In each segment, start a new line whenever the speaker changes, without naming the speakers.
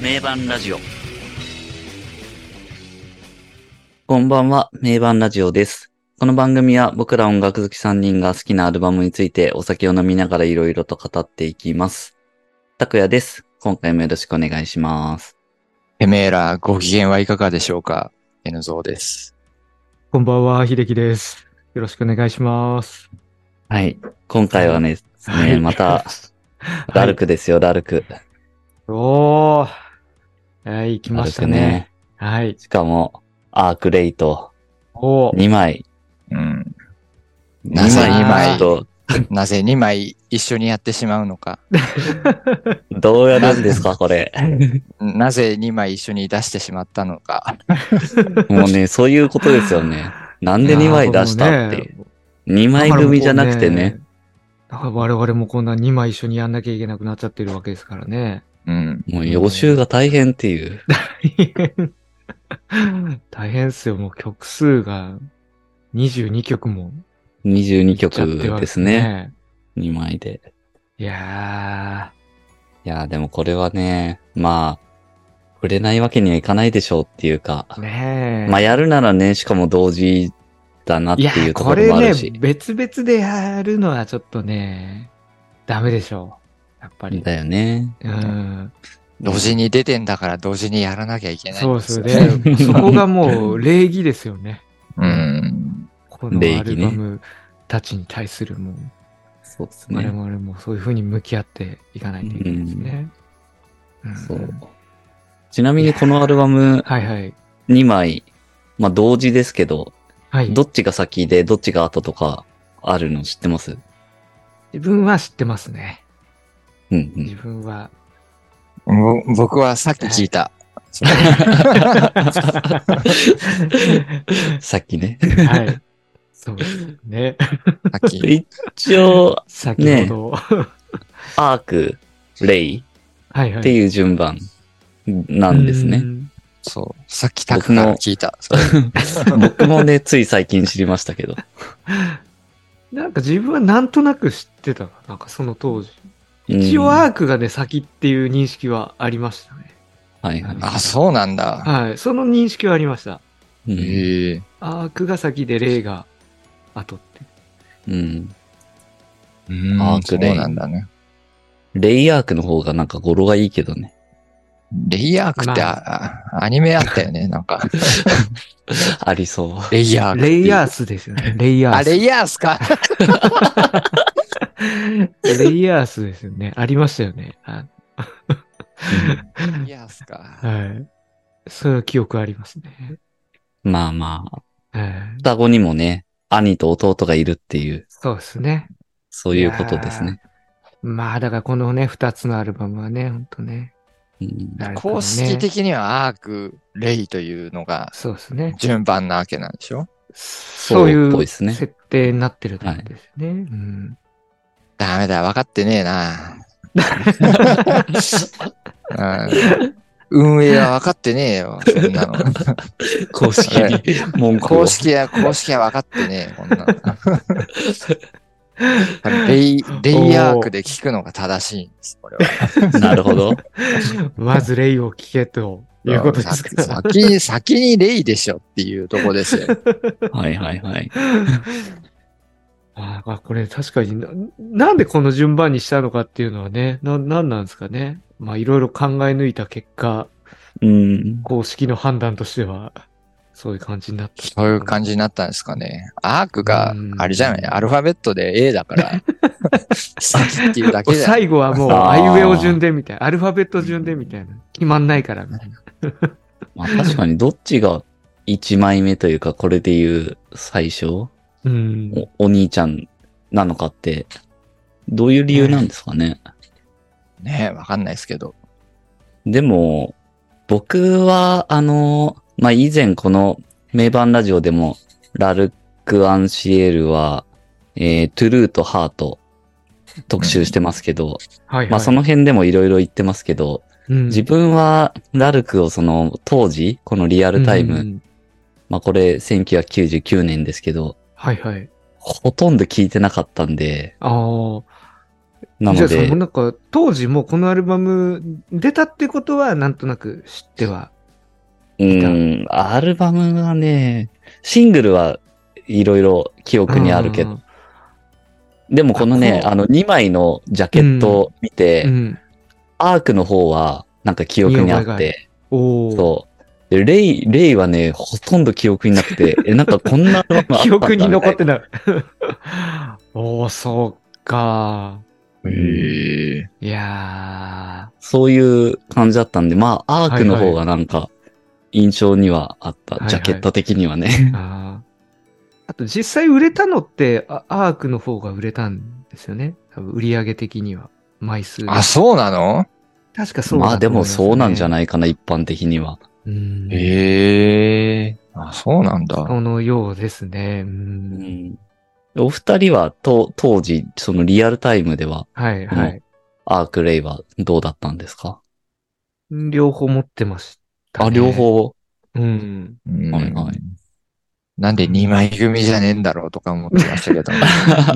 名盤ラジオ。こんばんは、名盤ラジオです。この番組は僕ら音楽好き3人が好きなアルバムについてお酒を飲みながらいろいろと語っていきます。拓也です。今回もよろしくお願いします。
てめえら、ご機嫌はいかがでしょうか ?N ゾーです。
こんばんは、秀樹です。よろしくお願いします。
はい。今回はね、
はい
ねまた、ダルクですよ、ダルク。
おー。はい、来
ダ
ま
ル
した
ク
ね。
ね。
はい。
しかも、アークレイト
おー。
2枚。
うん。
2
なぜ
二枚
と、
なぜ2枚一緒にやってしまうのか。
どうやるんですか、こ れ。
なぜ2枚一緒に出してしまったのか。
もうね、そういうことですよね。なんで2枚出したっていう。2枚組じゃなくてね。。
だから我々もこんな2枚一緒にやんなきゃいけなくなっちゃってるわけですからね。
うん。
もう予習が大変っていう。
大変っすよ、もう曲数が22曲も
22
いっちゃって
曲
わけ
ですね。。2枚で。
いや
いやー、でもこれはね、まあ、触れないわけにはいかないでしょうっていうか。
ー、ねえ。
まあ、やるならね、しかも同時だなって
いや
いうとこ
こ
ろ
れ
もあ
ね
るし。、
別々でやるのはちょっとね、ダメでしょう。やっぱり。
だよね。
うん。
同時に出てんだから同時にやらなきゃいけない。
そうそ
よね
れ で、そこがもう礼儀ですよね。
うん。
この
礼
ア
儀
ル
ね
バムたちに対するもう、
そうです
我
ね。
々もそういうふうに向き合っていかないといけないですね。うん
そう。ちなみにこのアルバム
はいはい。
2枚、まあ同時ですけど、
はい。
どっちが先でどっちが後とかあるの知ってます
自分は知ってますね。
うん
自分は。
ぼ僕はさっき聞いた。それ
うん。さっきね。
はい。そうですね。
さっき。
一応、
先ほど。
アーク、レイ
はいはい。
っていう順番なんです
う
ね。
ん。
そう。さっきタクから聞いた。それ
僕もね、 つい最近知りましたけど。
なんか自分はなんとなく知ってたな。なんかその当時。
うん
一応アークがね、先っていう認識はありましたね。
はいはい。
あ、そうなんだ。
はい。その認識はありました。
うん
へえ。
アークが先でレイが後って。
うん
うん
あ
そうなんだね。
レイアークの方がなんか語呂がいいけどね。
レイヤークってあアニメあったよね、なんか。
ありそう。
レイヤーク。
レイヤースですよね。レイヤー
あ、
ス。
レイヤースか。
レイヤースですよね。ありましたよね。あ
い や、すか。
はい。そういう記憶ありますね。
うんまあまあ、
はい。
双子にもね、兄と弟がいるっていう、
そうですね。
そういうことですね。
まあ、だからこのね、二つのアルバムはね、ほんとね。
うん
誰かのね
公式的にはアーク、レイというのが
そうですね。
順番なわけなんでしょ
そうい
そうっぽいうですね
設定になってるんですね。うん
ダメだ、分かってねえ な。うん、運営は分かってねえよ、そん なの。
公式に 文句を
公。式は、公式は分かってねえ、こん なの。レイ、レイヤークで聞くのが正しいんです、これは。
なるほど。
まずレイを聞けということですか
さ先に、先にレイでしょっていうとこですよ。
はいはいはい。
ああ、これ確かにな、なんでこの順番にしたのかっていうのはね、な、なんなんですかね。まあいろいろ考え抜いた結果、
うん。
公式の判断としては、そういう感じになった。
そういう感じになったんですかね。アークが、あれじゃない、アルファベットで A だから、先っていうだけじゃない。
最後はもう、
あー
あいうえお順でみたいな。アルファベット順でみたいな。決まんないからみたいな。
まあ確かにどっちが1枚目というか、これでいう最初お
うん。
お兄ちゃんなのかって、どういう理由なんですかね。
ねわかんないですけど。
でも、僕は、あの、まあ、以前この名盤ラジオでも、ラルク・アンシエルは、えー、トゥルーとハート特集してますけど、
はいはい。
まあ、その辺でもいろいろ言ってますけど、
うん、
自分はラルクをその当時、このリアルタイム、
うん
まあこれ1999年ですけど、
はいはい。
ほとんど聞いてなかったんで、
ああ。
な
じ
の
ゃあそ
で
の、なんか、当時もうこのアルバム出たってことは、なんとなく知っては。
うん、アルバムはね、シングルはいろいろ記憶にあるけど、でもこのね、
あこう
あの2枚のジャケットを見て、
うん。うん。
アークの方はなんか記憶にあって、
おー
そう。でレイ、レイはね、ほとんど記憶になく て、え、なんかこんなアルバムあったんだ
記憶に残っ
みた
てない。 おー、そうか。
へえ。
いや
いなそういう感じだったんで、まあ、アークの方がなんか、印象にはあった、
はいはい
ジャケット的にはね。
ー。あーあと、実際売れたのって、あアークの方が売れたんですよね。多分売り上げ的には。枚数が。
あ、そうなの
確かそう
まあでもそうなんじゃ
い
ないかな、一般的には。
うん
へえ。あ、そうなんだ。
このようですね。
う
う
んん。お二人は、と、当時、そのリアルタイムでは、
はいはい。
アークレイはどうだったんですか、
両方持ってました、
あ、両。方。
うん。
うん
はいはい
なんで2枚組じゃねえんだろうとか思ってましたけど。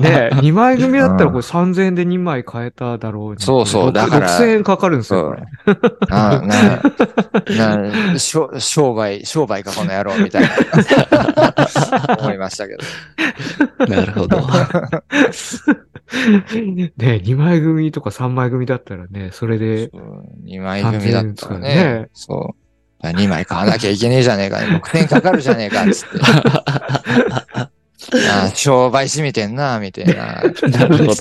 ね2枚組だったらこれ3000円で2枚買えただろうに
そうそう
ろく
だから
6000円かかるんです
そ
よ、こ
う
れ。
な、な、な、しょ商売、商売かこの野郎みたいな。思いましたけど。
なるほど。
ね2枚組とか3枚組だったらね、それで、
2枚組だったらね。
完全にそうね
そう。2枚買わなきゃいけねえじゃねえか、6円かかるじゃねえか、つって。ああ商売しみてんな、みたいな。
なるほど。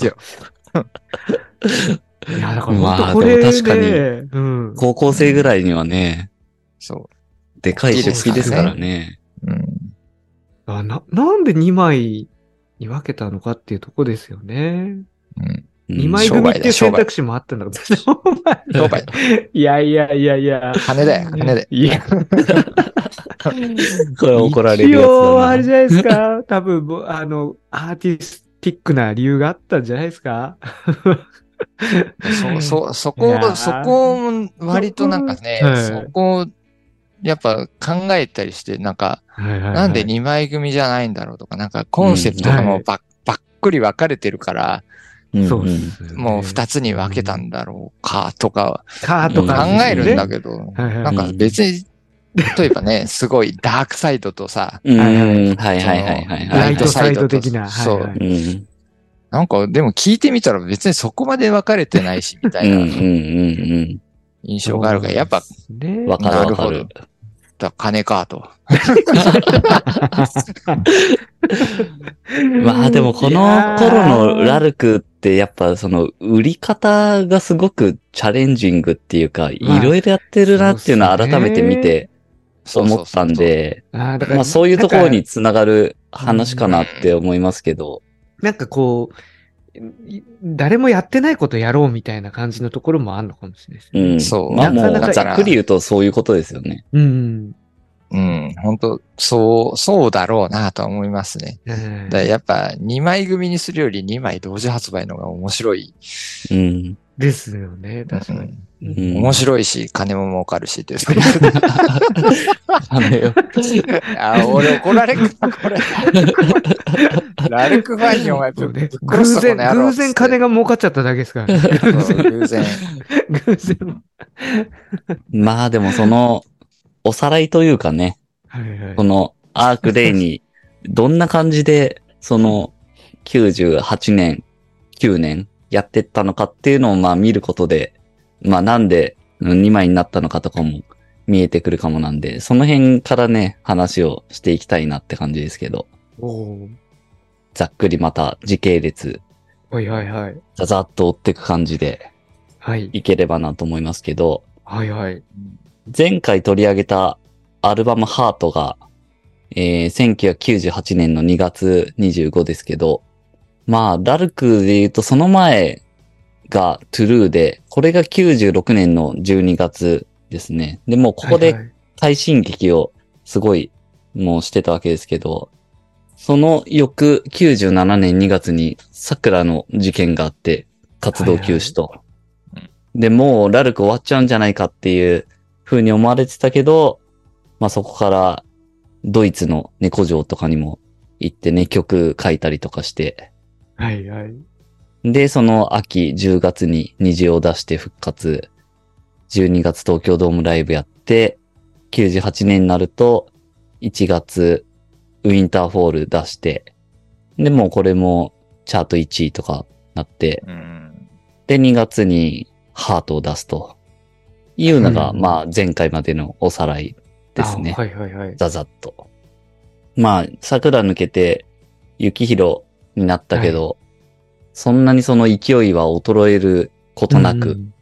いや、だから
まあ
本当これで、
でも確かに
うん。
高校生ぐらいにはね、
そ
でかいし好きですからね。
う。うん。
あななんで2枚に分けたのかっていうとこですよね。
うん。
うん
2枚組っていう選択肢もあったんだけど、
商売。
いやいやいやいや。
金だ よ、金だよ。
いや、
これ怒られるやつ
一応、
だ
あれ
な。
じゃないですか。多分、ぼあの、アーティスティックな理由があったんじゃないですか。
そう、そう、そ
いやー
こ、そこを割となんかね、
そこ
そこをやっぱ考えたりして、なんか、
はいはいはい
なんで2枚組じゃないんだろうとか、なんかコンセプトがも
う
うんばっばっくり分かれてるから、
うん
そう
う
で
ん
すよね、
もう2つに分けたんだろうかとか
カーと
考
か、
えるんだ
け
けど、
ど、はいはい
なんか別に、例えばね、 すごいダークサイドとさ、
うん
はいはい
はいはいはいはい
その
は
ラ
い
イト
は
サイド的な。
そう
はいはい
い。うん。
なんかでも聞いてみたら別にそこまで分かれてないし、みた
う
い
んうん
な
うん
印象があるから、やっぱ、
う
ね
ん。わかるわか
なる
る
ほ。だ金か と。
まあでもこの頃のラルクってやっぱその売り方がすごくチャレンジングっていうか、い
まあ
ろいろやってるなっていうのは
そうっすね
改めて見て思ったんで、
あーだから
まあそういうところにつながる話かなって思いますけど、
なんかこう、い誰もやってないことやろうみたいな感じのところもあるのかもしれないです
うん。
そ
ね。
う
まあも
なかな
う
か
ざっくり言うとそういうことですよね。
うん。
うん、本当そう、そうだろうなとは思いますね。
うん
だからやっぱ2枚組にするより2枚同時発売の方が面白い。
うん。
ですよね、確かに。
う
うんん
面白いし、金も儲かるし、という。
あのよ
あ、俺怒られるか、こ れ。ラルクファインにお前、ぶ
そうね
っ
偶
殺すぞ
然、
この野郎
偶然金が儲かっちゃっただけですから。
そう偶然。
偶然。
まあでもその、おさらいというかね、
はい はい
こ。のアークデイに、どんな感じで、その、98年、9年やってったのかっていうのをまあ見ることで、まあなんで2枚になったのかとかも見えてくるかもなんで、その辺からね、話をしていきたいなって感じですけど、
おー
ざっくりまた時系列、
はいはいはい。
ざざっと追っていく感じで
はい。
いければなと思いますけど、
はいはい。
前回取り上げたアルバムハートが、えー1998年の2月25ですけど、まあ、ダルクで言うとその前がトゥルーで、これが96年の12月ですね。で、もうここで
はいはい
快進撃をすごいもうしてたわけですけど、その翌97年2月に桜の事件があって活動休止と。
はいはい
で、もうラルク終わっちゃうんじゃないかっていう風に思われてたけど、まあそこからドイツの猫城とかにも行ってね、曲書いたりとかして、
はいはい。
で、その秋10月に虹を出して復活。12月東京ドームライブやって、98年になると1月ウィンターフォール出して、で、もうこれもチャート1位とかなって、
うん。
で、2月にハートを出すというのが、
うん
まあ前回までのおさらいですね
あ。はいはいはい。
ざざっと。まあ、桜抜けて、雪広になったけど、そんなにその勢いは衰えることな
う
く
ん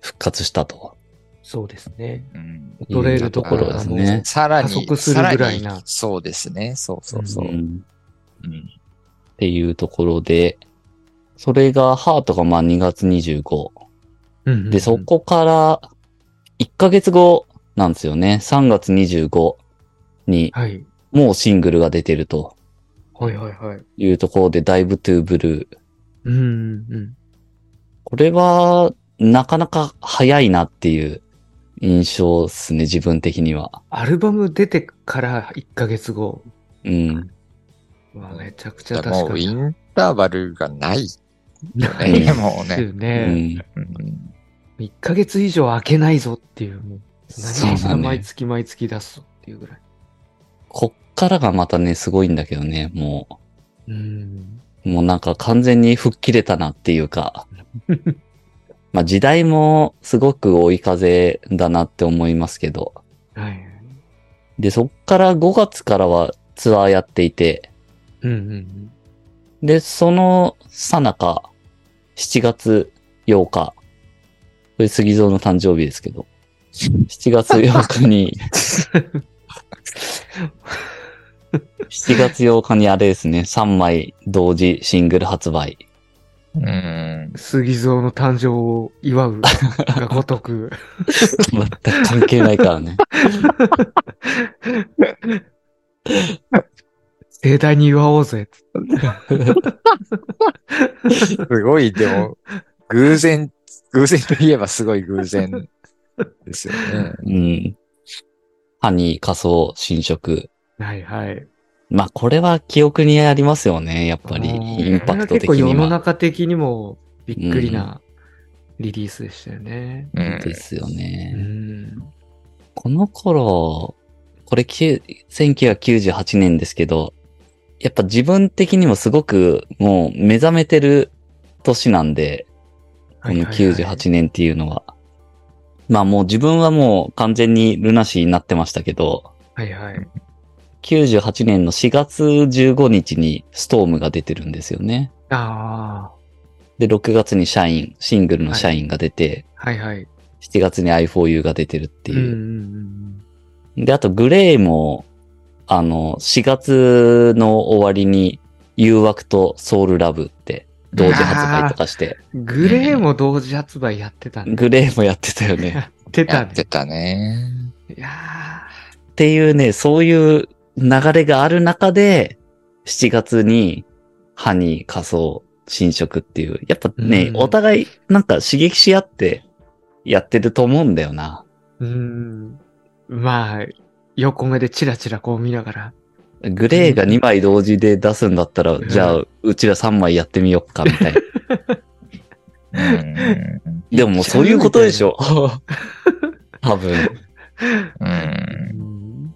復活したと。
そうですね。
うん
いう
衰えるところ
ですね。
さら
加速
に、
する
さら
ぐらいな
に、そうですね。そうそう
う
そう。
ん、
うん
っていうところで、それが、ハートがまあ2月25。
うん
で、そこから1ヶ月後なんですよね。3月25に
はい。
もうシングルが出てると
はいはいはい。
いうところで、ダイブトゥーブルー。
うんうんうん。
これは、なかなか早いなっていう印象ですね、自分的には。
アルバム出てから1ヶ月後。
うん。
うわめちゃくちゃ
だ
確
か
からに。
もう、インターバルがないよ
う
ね、
ん
もう
で
ね。
すよ
う
ね。
ん、
うん
1ヶ月以上開けないぞっていう、もう、
そう
何
だ
が毎
ね。
月毎月出すぞっていうぐらい。
こっからがまたね、すごいんだけどね、も
うん。
う、もうなんか完全に吹っ切れたなっていうか、まあ時代もすごく追い風だなって思いますけど。
はい。
で、そっから5月からはツアーやっていて、
うんうんうん。
で、そのさなか、7月8日、これ杉蔵の誕生日ですけど、7月8日 に、7月8日にあれですね、3枚同時シングル発売。
うん。
杉蔵の誕生を祝 うがごとく。
全く関係ないから ね。
盛大に祝おうぜ。
すごい、でも、偶然、偶然といえばすごい偶然ですよね。
うん。ハニー、仮想、新色。
はいはい。
まあ、これは記憶にありますよね、やっぱり。
うん
インパクト的
これは結構世
に
の
は。
中的にもびっくりなリリースでしたよね。
う
ですよね。
うん。
この頃、これきゅ1998年ですけど、やっぱ自分的にもすごくもう目覚めてる年なんで、この98年っていうのは。まあもう自分はもう完全にルナシーになってましたけど、
はいはい。
98年の4月15日にストームが出てるんですよね。
ああ。
で、6月に社員、シングルの社員が出て、
はいはい。
7月に i4u が出てるって
う
い
んう
う。
んうん。
で、あと、グレイも、あの、4月の終わりに、誘惑とソウルラブって、同時発売とかして、
グレーも同時発売やってたね。
グレイもやってたよね。
やって
や
た
っ
ね。
てたね。
いや
っていうね、そういう流れがある中で、7月に、ハニー、仮想、新色っていう、やっぱね、
うん
お互い、なんか刺激し合って、やってると思うんだよな。
ーうん。まあ、横目でチラチラこう見ながら。
グレイが2枚同時で出すんだったら、
ん
じゃあ、うちら3枚やってみよっか、みたいな。
うん。
でももうそういうことでしょ。多分。
うん
うん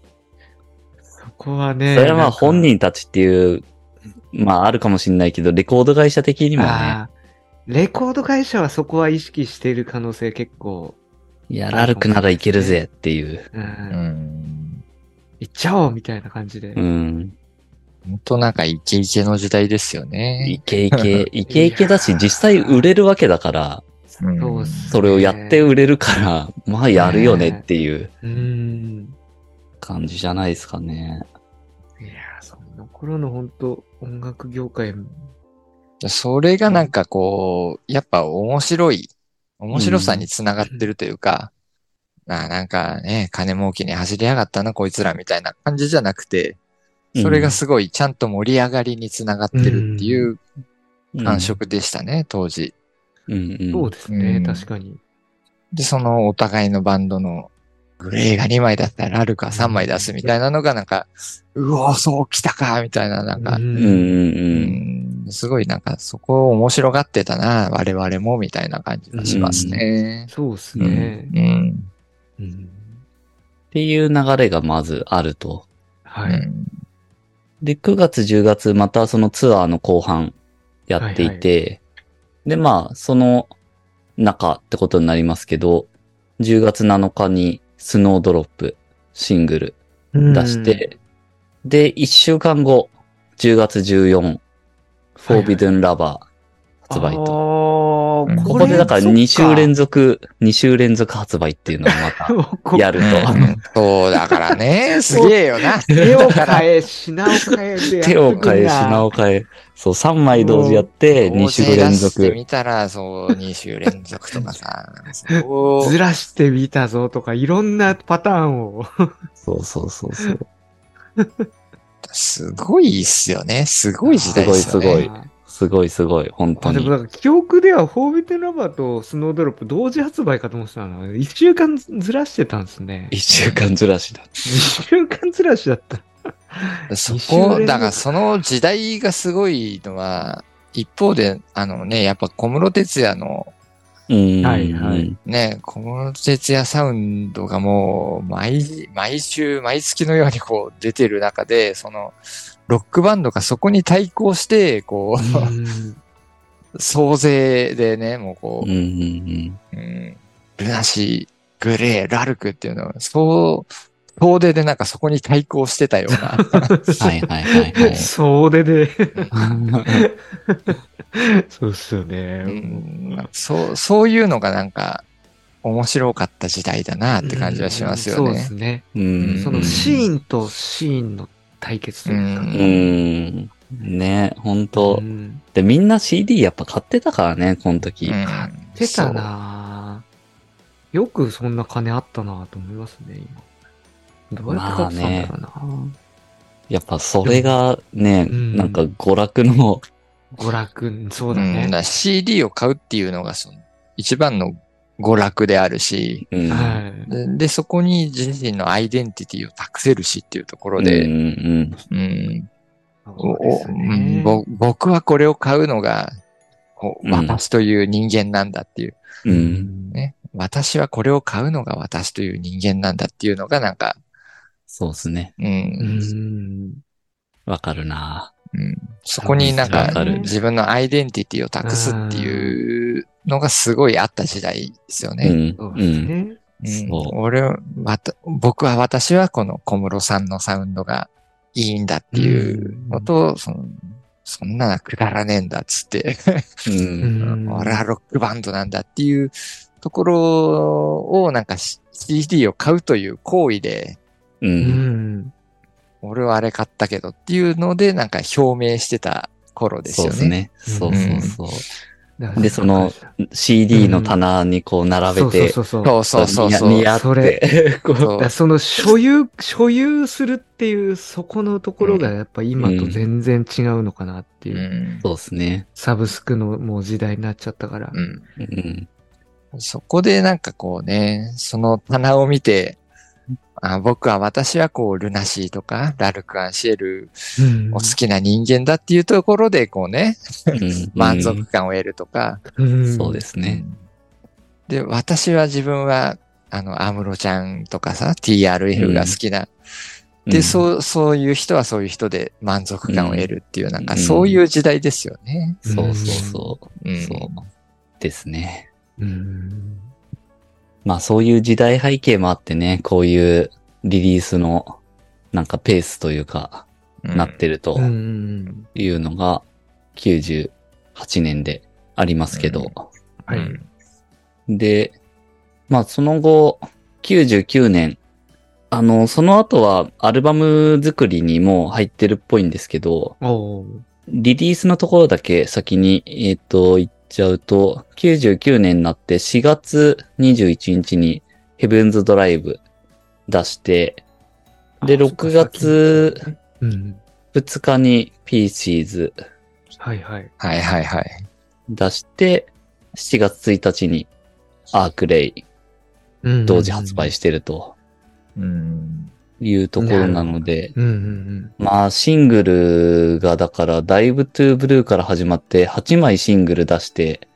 そこは
そ
ね。
れはま
な
あ
んか
本人たちっていう、まああるかもしれないけど、レコード会社的にもね、
ああレコード会社はそこは意識している可能性結構、
いや、ラルクならいけるぜっていう。
うん、
うん
いっちゃおうみたいな感じで。
うん。
ほんとなんかイケイケの時代ですよね
イ。ケイ ケ、イケイケだし、実際売れるわけだから、
うん
そうっすね
それをやって売れるから、まあやるよねっていう
うん。
感じじゃないですかね。
いやー、その頃の本当音楽業界も、
それがなんかこう、やっぱ面白い、面白さにつながってるというか、ああなんかね、金儲けに走りやがったな、こいつらみたいな感じじゃなくて、それがすごいちゃんと盛り上がりにつながってるっていう感触でしたね、当時。
うん。うんうん
そうですね、
うん
確かに。
で、そのお互いのバンドのグレーが2枚だったらラルクは3枚出すみたいなのがなんか、うおー、そう来たかみたいな、なんか
う、
うんんうん
う
うん。
ん、すごいなんかそこを面白がってたな、我々もみたいな感じがしますね。
そうです
うん
ね。。
うん
うん
っていう流れがまずあると。
は
う
い。
ん
で、9月、10月、またそのツアーの後半やっていて、で、まあ、その中ってことになりますけど、10月7日にスノードロップシングル出 して、で、1週間後、10月14、フォービドゥンラバー発売
あ
と。
う
ー
ん
ここでだから2週連
続。
続、2週連続発売っていうのを ま
こ
たやると。
そうだからね、すげえよな。
手を変え、品を変えでやってくんだ。
手を変え、品を変え。そう、3枚同時やって、2週連
大勢出して
続。
みたら、そう、2週連続と かさ。そう
ずらしてみたぞとか、いろんなパターンを。
そうそうそうそう。
すごいっすよね。すごい時代ですよね。
すごいすごいすごい、本当
あでも
に。
なんか記憶では、フォービテンラバーとスノードロップ同時発売かと思ってたの。一週間ずらしてたんですね
1。週間ずらし だ。
一週間ずらしだった。
そ
二週連
こ、
続
だからその時代がすごいのは、一方で、あのね、やっぱ小室哲也の、
うん。
はいはい。
ね、小室哲也サウンドがもう、毎、毎週、毎月のようにこう出てる中で、その、ロックバンドがそこに対抗して、こ う、総勢でね、もうこ
う
う
ん、うん
うんルナシー、グレー、ラルクっていうのは、そう、遠出でなんかそこに対抗してたよう な。
うん。はいはいはいはい。
そうでで。 そうっすよね。
うんそう、そういうのがなんか面白かった時代だなって感じはしますよ
そうで
ね
す。ね。
うん
そのシ
ン。
ーンとシーンの対決というか。
うん
うん。ね、本
う
当
ん
で、みんな CD やっぱ買ってたからね、この時。
うん
出たなぁよくそんな金あったなぁと思いますね、今。どうやって買ってたんだろうな、
やっぱそれがね、
うん
なんか娯楽の、
娯楽、そ
そうう
だ
うんだ
ね
か。ら CD を買うっていうのがその一番の娯楽であるし、
うん。
はい。
で、でそこに自身のアイデンティティを託せるしっていうところ
うん
で、
うん
うん、
そうですね。
おおうんぼ僕はこれを買うのが、こう
うん
私という人間なんだっていう、
うん。う。
うんん
ね。私はこれを買うのが私という人間なんだっていうのがなんか、
そうですね。
うん、
うん
わかるな
そこになんか
わかる
自分のアイデンティティを託すっていうのがすごいあった時代ですよ
う
ね。
ん。
そう
う
です
ん。
ね。
うん
そう
俺はわた僕は私はこの小室さんのサウンドがいいんだっていうのと、そのそんなくだらねえんだっつって。
うん。
うん
俺はロックバンドなんだっていうところをなんかし CD を買うという行為で、
う。
うんん。
俺はあれ買ったけどっていうのでなんか表明してた頃で
そ
す
う
よ
で
ね。
すね。そうそうそう。
だ
でその、CD の棚にこう並べて、
そうそうそう。
そうそうそうそう。
見合っ
そ
て、こう
そ
だからその所有、所有するっていう、そこのところがやっぱ今と全然違うのかなって
う
いうう。
ん
そうですね。
サブスクのもう時代になっちゃったから。
うん
うん。
そこでなんかこうね、その棚を見て、あ僕は私はこう、ルナシーとか、ラルク・アンシエル、
うん
お好きな人間だっていうところで、こうね、
うん
満足感を得るとか、
うん
そうですね。
で、私は自分は、あの、アムロちゃんとかさ、TRF が好きな。で、
うん。
そう、そういう人はそういう人で満足感を得るっていう、なんか
うん
そういう時代ですよね。
そうそうそうう。
ん。
そう。ですね。
うん
まあそういう時代背景もあってね、こういうリリースのなんかペースというか、
うん
なってると
うん。
いうのが98年でありますけど。
う
はい。
ん
で、まあその後、99年、あの、その後はアルバム作りにもう入ってるっぽいんですけど、
おー
リリースのところだけ先に、えっ、と、言っちゃうと、99年になって4月21日にヘブンズドライブ出して、で、
あそっか
6月
うん。
2日にピーシーズ
はいはい。
はいはいはい。
出して、7月1日にアークレイ同時発売
し
してると。
うん。
いうところなので、
うんうん
まあシングルがだから、ダイブトゥーブルーから始まって、8枚シングル出して、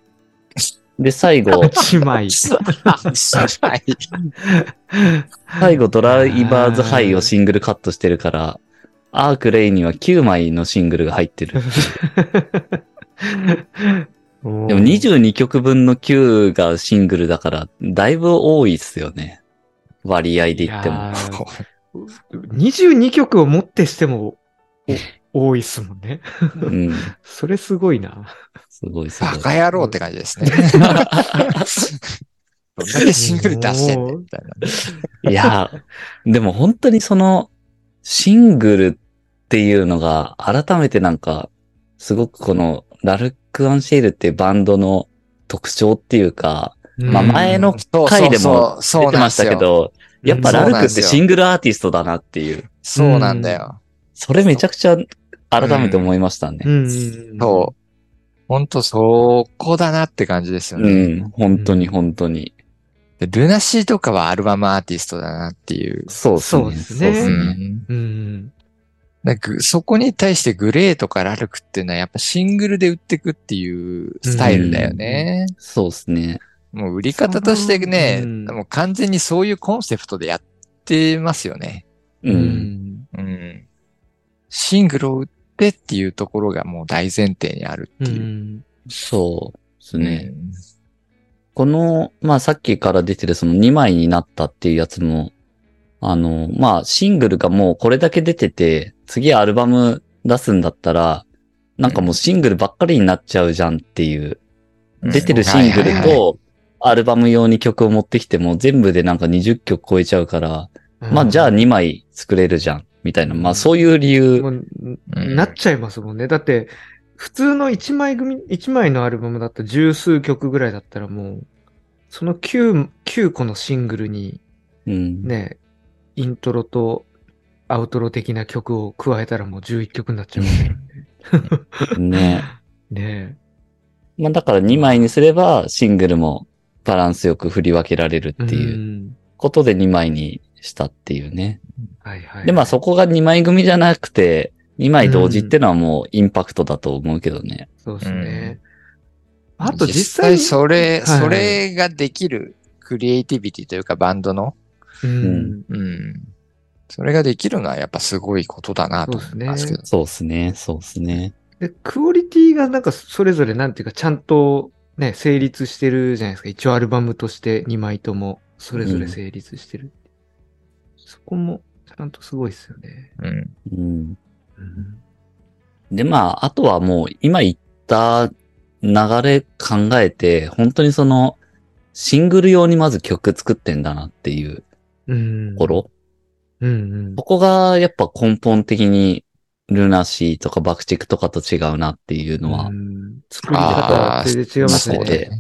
で、最後
うん。、8枚。
はい。
最後ドライバーズハイをシングルカットしてるから、アークレイには9枚のシングルが入ってる。で
で
も22曲分の9がシングルだから、だいぶ多いっすよね。割合で言っても。
22曲をもってしてもお多いっすもんね。
うん。
それすごいな。
すごいすご
バ
い。
カ野郎って感じ ですね。どんだけシングル出してんねんみたいな。
いや、でも本当にその、シングルっていうのが、改めてなんか、すごくこの、ラルク・アンシェールっていうバンドの特徴っていうか、まあ
うん
前の回でも出
そうそうそうそう
て
なん
ま
で
した
す
け
よ。
ど、やっぱラルク
うんそうな
っ
んです
て
よ
シングルアーティストだなっていう、
そうなんだよ。
それめちゃくちゃ改めて思いましたね。
うんうん
そう。ほんとそこだなって感じですよ
う
ね。
ん、本当に本当に。
でルナシーとかはアルバムアーティストだなっていう。
そうですね。
そうですね
そううっすね
ん。
うん。うん
なんかそこに対してグレーとかラルクっていうのはやっぱシングルで売ってくっていうスタイルだよね。
そうですね。
もう売り方としてね、
うん
もう完全にそういうコンセプトでやってますよね。
う。
うんん。
うん。シングルを売ってっていうところがもう大前提にある
う
っていう。
ん。
そうですね。
うん
この、まあさっきから出てるその2枚になったっていうやつも、あの、まあシングルがもうこれだけ出てて、次アルバム出すんだったら、なんかもうシングルばっかりになっちゃうじゃんっていう。出てるシング
は
ル
いはいはい
と、アルバム用に曲を持ってきても全部でなんか20曲超えちゃうから、まあじゃあ2枚作れるじゃん、みたいな。まあそういう理
も
由。
う
うん
なっちゃいますもんね。だって、普通の1枚組、一枚のアルバムだったら十数曲ぐらいだったらもう、その9、9個のシングルに
うん。
ね、イントロとアウトロ的な曲を加えたらもう11曲になっちゃうもんね。
ね。
ね
まあだから2枚にすればシングルもバランスよく振り分けられる
え。
っていう。
ん
ことで2枚にしたっていうね。
はいはい。
で、まあそこが2枚組じゃなくて、2枚同時ってのはもうインパクトだと思うけどね。
そうですね。あと実際
実際それ、
はいはい
それができるクリエイティビティというかバンドの、
うん。
うん。それができるのはやっぱすごいことだなと思いますけど。
そうっすね、そうっすね。
で、クオリティがなんかそれぞれなんていうかちゃんとね、成立してるじゃないですか。一応アルバムとして2枚ともそれぞれ成立してる。そこもちゃんとすごいですよね。
うん。
うん。
うん。
で、まあ、あとはもう今言った流れ考えて、本当にその、シングル用にまず曲作ってんだなっていう
うん。
ところ。
うんうん。
ここがやっぱ根本的に、ルナシーとかバクチクとかと違うなっていうのは
う。ん作り方は全然違います
あーそう
ね
で。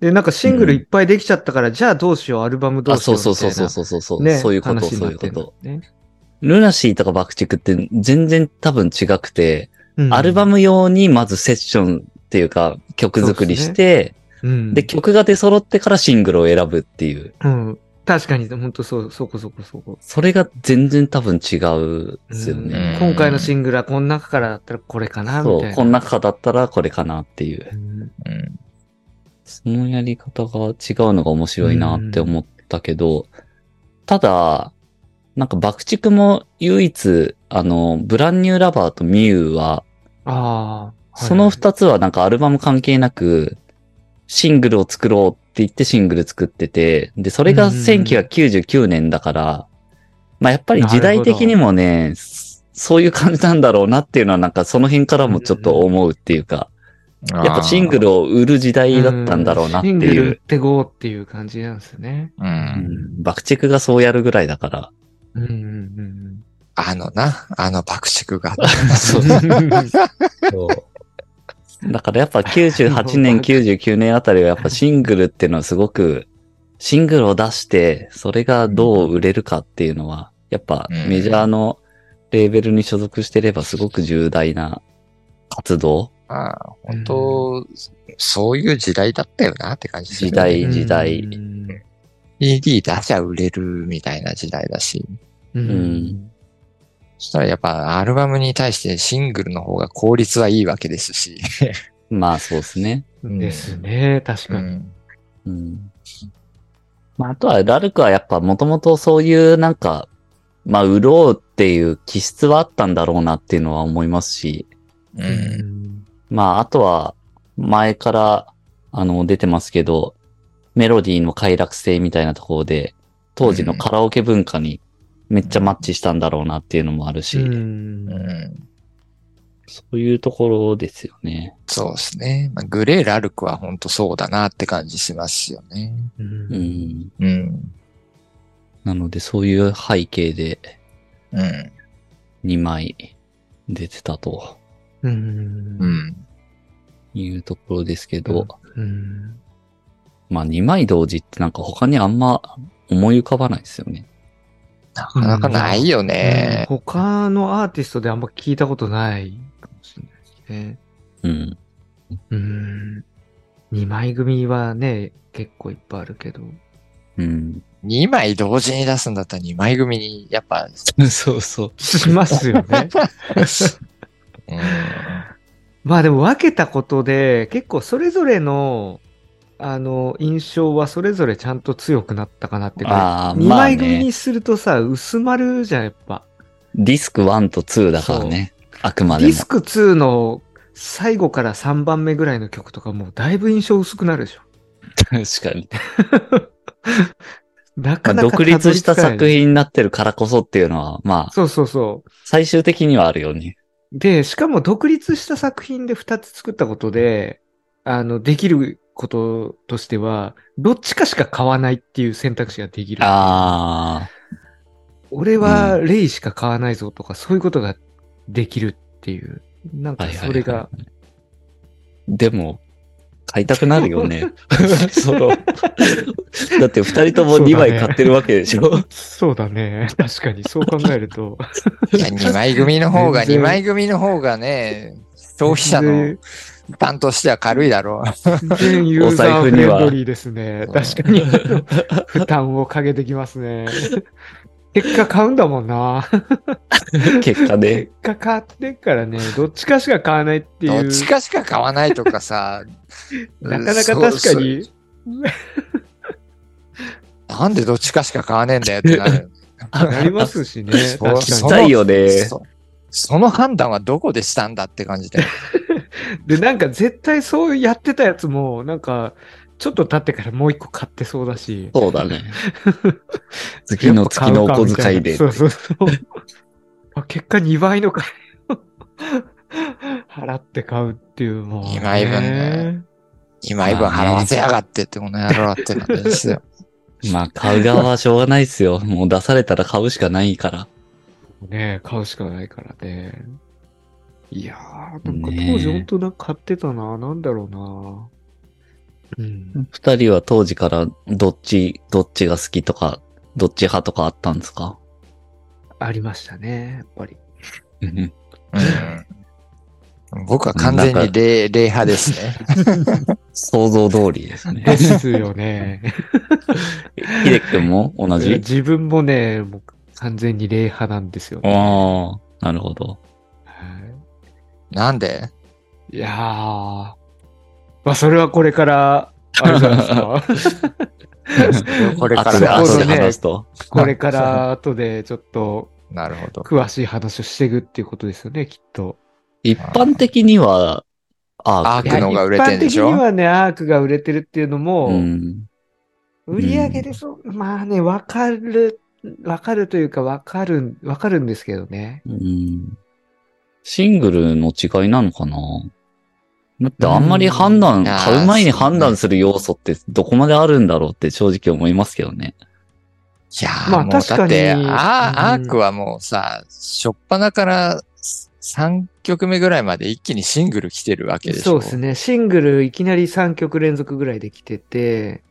で、なんかシングルいっぱいできちゃったから、じゃあどうしよう、アルバムど
あ、
うし
そ
よう
う
みたい
そ
な。
うそうそうそうそう。
ね、
そういうこと、
話に
そう
なっ
いう
て
こ
んだ
と
も。んね
ルナシーとかバクチクって全然多分違くて、
うん
アルバム用にまずセッションっていうか曲作りして、
うん、
で、曲が出揃ってからシングルを選ぶっていう。
うん。確かに、本当そう、そこそこそこ。
それが全然多分違うですよね。
うん今回のシングルはこの中からだったらこれかな、み
そ、
たいうな。
こんな方だったらこれかなっていう
う。ん
うん
そのやり方が違うのが面白いなって思ったけど、ただ、なんか爆竹も唯一、あの、ブランニューラバーとミューは、
ああ。
その二つはなんかアルバム関係なく、シングルを作ろうって言ってシングル作ってて、で、それが
うんうんうん
1999年だから、まあやっぱり時代的にもね、そそういう感じなんだろうなっていうのはなんかその辺からもちょっと思うっていうか、やっぱシングルを売る時代だったんだろうなって
シング
い
ル売
う
っ。てこうっていう感じなんですよね。
うん
うん爆竹がそうやるぐらいだから。
うんうん
あのな、あの爆竹が。
そう
うんうん。
だからやっぱ98年、99年あたりはやっぱシングルっていうのはすごく、シングルを出して、それがどう売れるかっていうのは、やっぱ
うん
メジャーのレーベルに所属してればすごく重大な活動
ああ、本当、そういう時代だったよなって感じです よ
時代
ね。
時代
うん
CD 出しゃ売れるみたいな時代だし、
う
うん。
そしたらやっぱアルバムに対してシングルの方が効率はいいわけですし。
まあそうですね。
うん
ですね、確
う
かに。
ん。
うん。まああとは、ラルクはやっぱもともとそういうなんか、まあ、売ろうっていう気質はあったんだろうなっていうのは思いますし、
う。
うんん
まあ、あとは、前から、あの、出てますけど、メロディーの快楽性みたいなところで、当時のカラオケ文化にめっちゃマッチしたんだろうなっていうのもあるし、
うん
うん
そういうところですよね。
そうですね。まあ、グレーラルクは本当そうだなって感じしますよね。
うん
うん。
うん。
なので、そういう背景で
うん。
2枚出てたと
うん
うん。
いうところですけど、
うん
まあ、2枚同時ってなんか他にあんま思い浮かばないですよね。
なかなかないよね。
他のアーティストであんま聞いたことないかもしれないですね。
うん。
うん。2枚組はね、結構いっぱいあるけど。
うん。
2枚同時に出すんだったら2枚組に、やっぱ、
そうそう。
しますよ ね。
うん。
まあでも分けたことで、結構それぞれの、あの、印象はそれぞれちゃんと強くなったかなって感
ああ、
じ。2
まあ
枚組
ね
に、するとさ、薄まるじゃん、やっぱ。
ディスク1と2だからね。あくま
デ
で
ィ
も。
スク2の最後から3番目ぐらいの曲とかもうだいぶ印象薄くなるでしょ。
確かに。
な
ま
か
あ、
なか
独立した
たどり着か
作
ない
品になってるからこそっていうのは、まあ、
そうそうそ
最終的にはあるよね。
う。で、しかも独立した作品で2つ作ったことで、あの、できることとしては、どっちかしか買わないっていう選択肢ができる。
あ
俺はレイしか買わないぞとか、そういうことができるっていう。なん
あ、
か
はいはい、
それが、。
でも、買いたくなるよ ね。その、だ って二人とも2枚買ってるわけでし ょ。
そうだね。 確かに、そう考えると。
いや、2枚組の方が、
全然
2枚組の方がね、消費者の
全
担当しては軽いだろう。
然ユーザーフレンドリーですね。
お財
確
布
かに、負担をかけてきますね。結果買うんだもんな。
結果で。
結果買ってっか らね、どっちかしか買わないってい
ど
う。。
っちかしか買わないとかさ
なかなか確か
そう。そう
に。
なんでどっちかしか買わねえんだよってな る。
なりますし ね。確
そう
かに。
したいよね。
そその判断はどこでしたんだって感じで。
で、なんか絶対そうやってたやつも、なんか、ちょっと経ってからもう一個買ってそうだし。
そうだ ね。次の月のお小遣いで。
そうそうそう。 あ結果2倍の買いを 払って買うっていう、もう、
二倍分ね。今分払わせやがってってこの野郎って感じですよ。
まあ、買う側はしょうがないですよ。もう出されたら買うしかないから。
ね買うしかないからね。いやー、なんか
ね
当時本当なんか買ってたな、なんだろうな。うん。
二人は当時からどっち、どっちが好きとか、どっち派とかあったんですか
ありましたね、やっぱり。
うん僕は完全に霊霊派ですね。
想像通りですね。
ですよね。
ひでくんも同じ
自分もね、もう完全に霊派なんですよ、ね。
ああ、なるほど。
は
なんで
いいやー、まあそれはこれから、あれじゃないですか。
これか
後で、
ら
あ
ね
そ
後
う
で
だね
話すと。
これから後でちょっと
なるほど。
詳しい話をしていくっていうことですよね、きっと。
一般的には、あ
アークの方が売れてんでし
いや一般的に
ょ
はね、アークが売れてるっていうのも、
うん。
売り上げでそう、まあね、わかる、わかるというかわかる、わかるんですけどね。
うん。シングルの違いなのかなだってあんまり判断、
ん
買う前に判断する要素ってどこまであるんだろうって正直思いますけどね。
いやー
まあ
もう
確か
だ
に
って、
うん
あーアークはもうさ、初っ端から3曲目ぐらいまで一気にシングル来てるわけでし
そ
ょ。
うですね。シングルいきなり3曲連続ぐらいでき てて、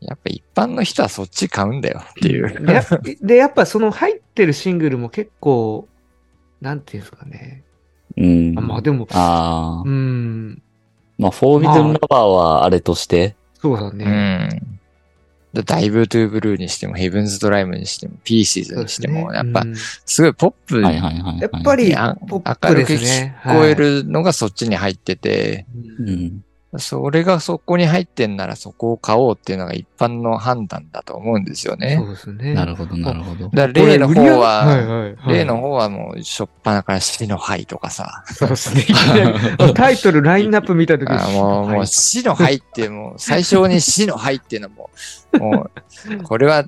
やっぱ一般の人はそっち買うんだよっていう。
でやでやっぱその入ってるシングルも結構、なんていうんですかね。
うん。
あまあでも、
あ
う
あ。
ん、
まあ、フォービズンラバーはあれとして、
そうだ
う
ね。
ん。だダイブトゥーブルーにしても、ヘブンズドライブにしても、ピーシーズ
そう
に
で
し
す
て
ね
も、やっぱ
うん
すごいポップ
はい
に
はいはいはい。
やっぱり
あ
ポップですね。
明るく聞こえ
はい。
るのがそっちに入ってて、
う
うん
ん。
それがそこに入ってんならそこを買おうっていうのが一般の判断だと思うんですよ
そ
ね
う。ですね。
なるほど、なるほど。
だから例の方は、
はいはいはい
例の方はもう、しょっぱなから死の灰とかさ。
そうですねいきなり。タイトル、ラインナップ見たとき
あもう、もう死の灰って、もう、最初に死の灰っていうの も、もう、これは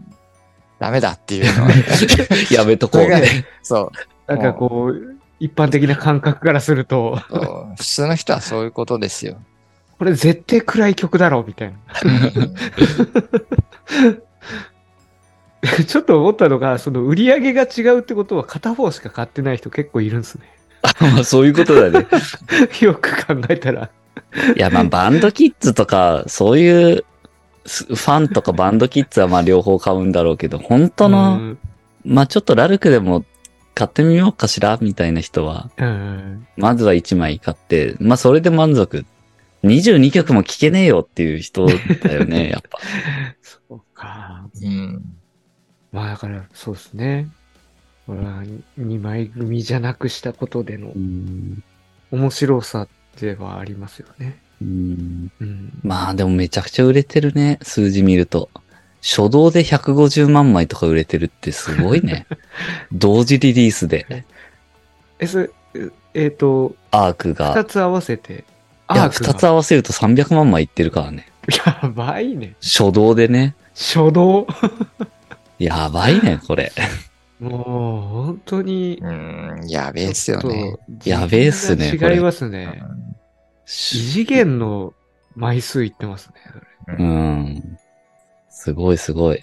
ダメだっていう のは、
やめとこう
これが
ね。
ね、そう
なんかこう、一般的な感覚からすると、
そう、普通の人はそういうことですよ。
これ絶対暗い曲だろ、みたいな。
うん
ちょっと思ったのが、その売り上げが違うってことは片方しか買ってない人結構いるんですね。
まあ そういうことだね。
よく考えたら。
いや、まあバンドキッズとか、そういうすファンとかバンドキッズはまあ両方買うんだろうけど、本当の、
うん
まあちょっとラルクでも買ってみようかしらみたいな人は、
うん。
まずは1枚買って、まあそれで満足。22曲も聴けねえよっていう人だよ ね、やっぱ。
そうか。
うん
まあだから、そうですね。これは2枚組じゃなくしたことでの
うん
面白さではありますよね。
うん
うん。
まあでもめちゃくちゃ売れてるね、数字見ると。初動で150万枚とか売れてるってすごい ね。同時リリースで、
え、それ、えっ、と、
アークが
2つ合わせて、
いや、
アークが
二つ合わせると300万枚いってるからね。
やばいね。
初動でね。
初動。
やばいね、これ。
もう、本当に。
うん、やべえっすよね。
ちょと
やべえっすね
全
こ
然
れ
違います
う
ね。
ん
異次元の枚数いってますね。それ
うん。すごいすごい。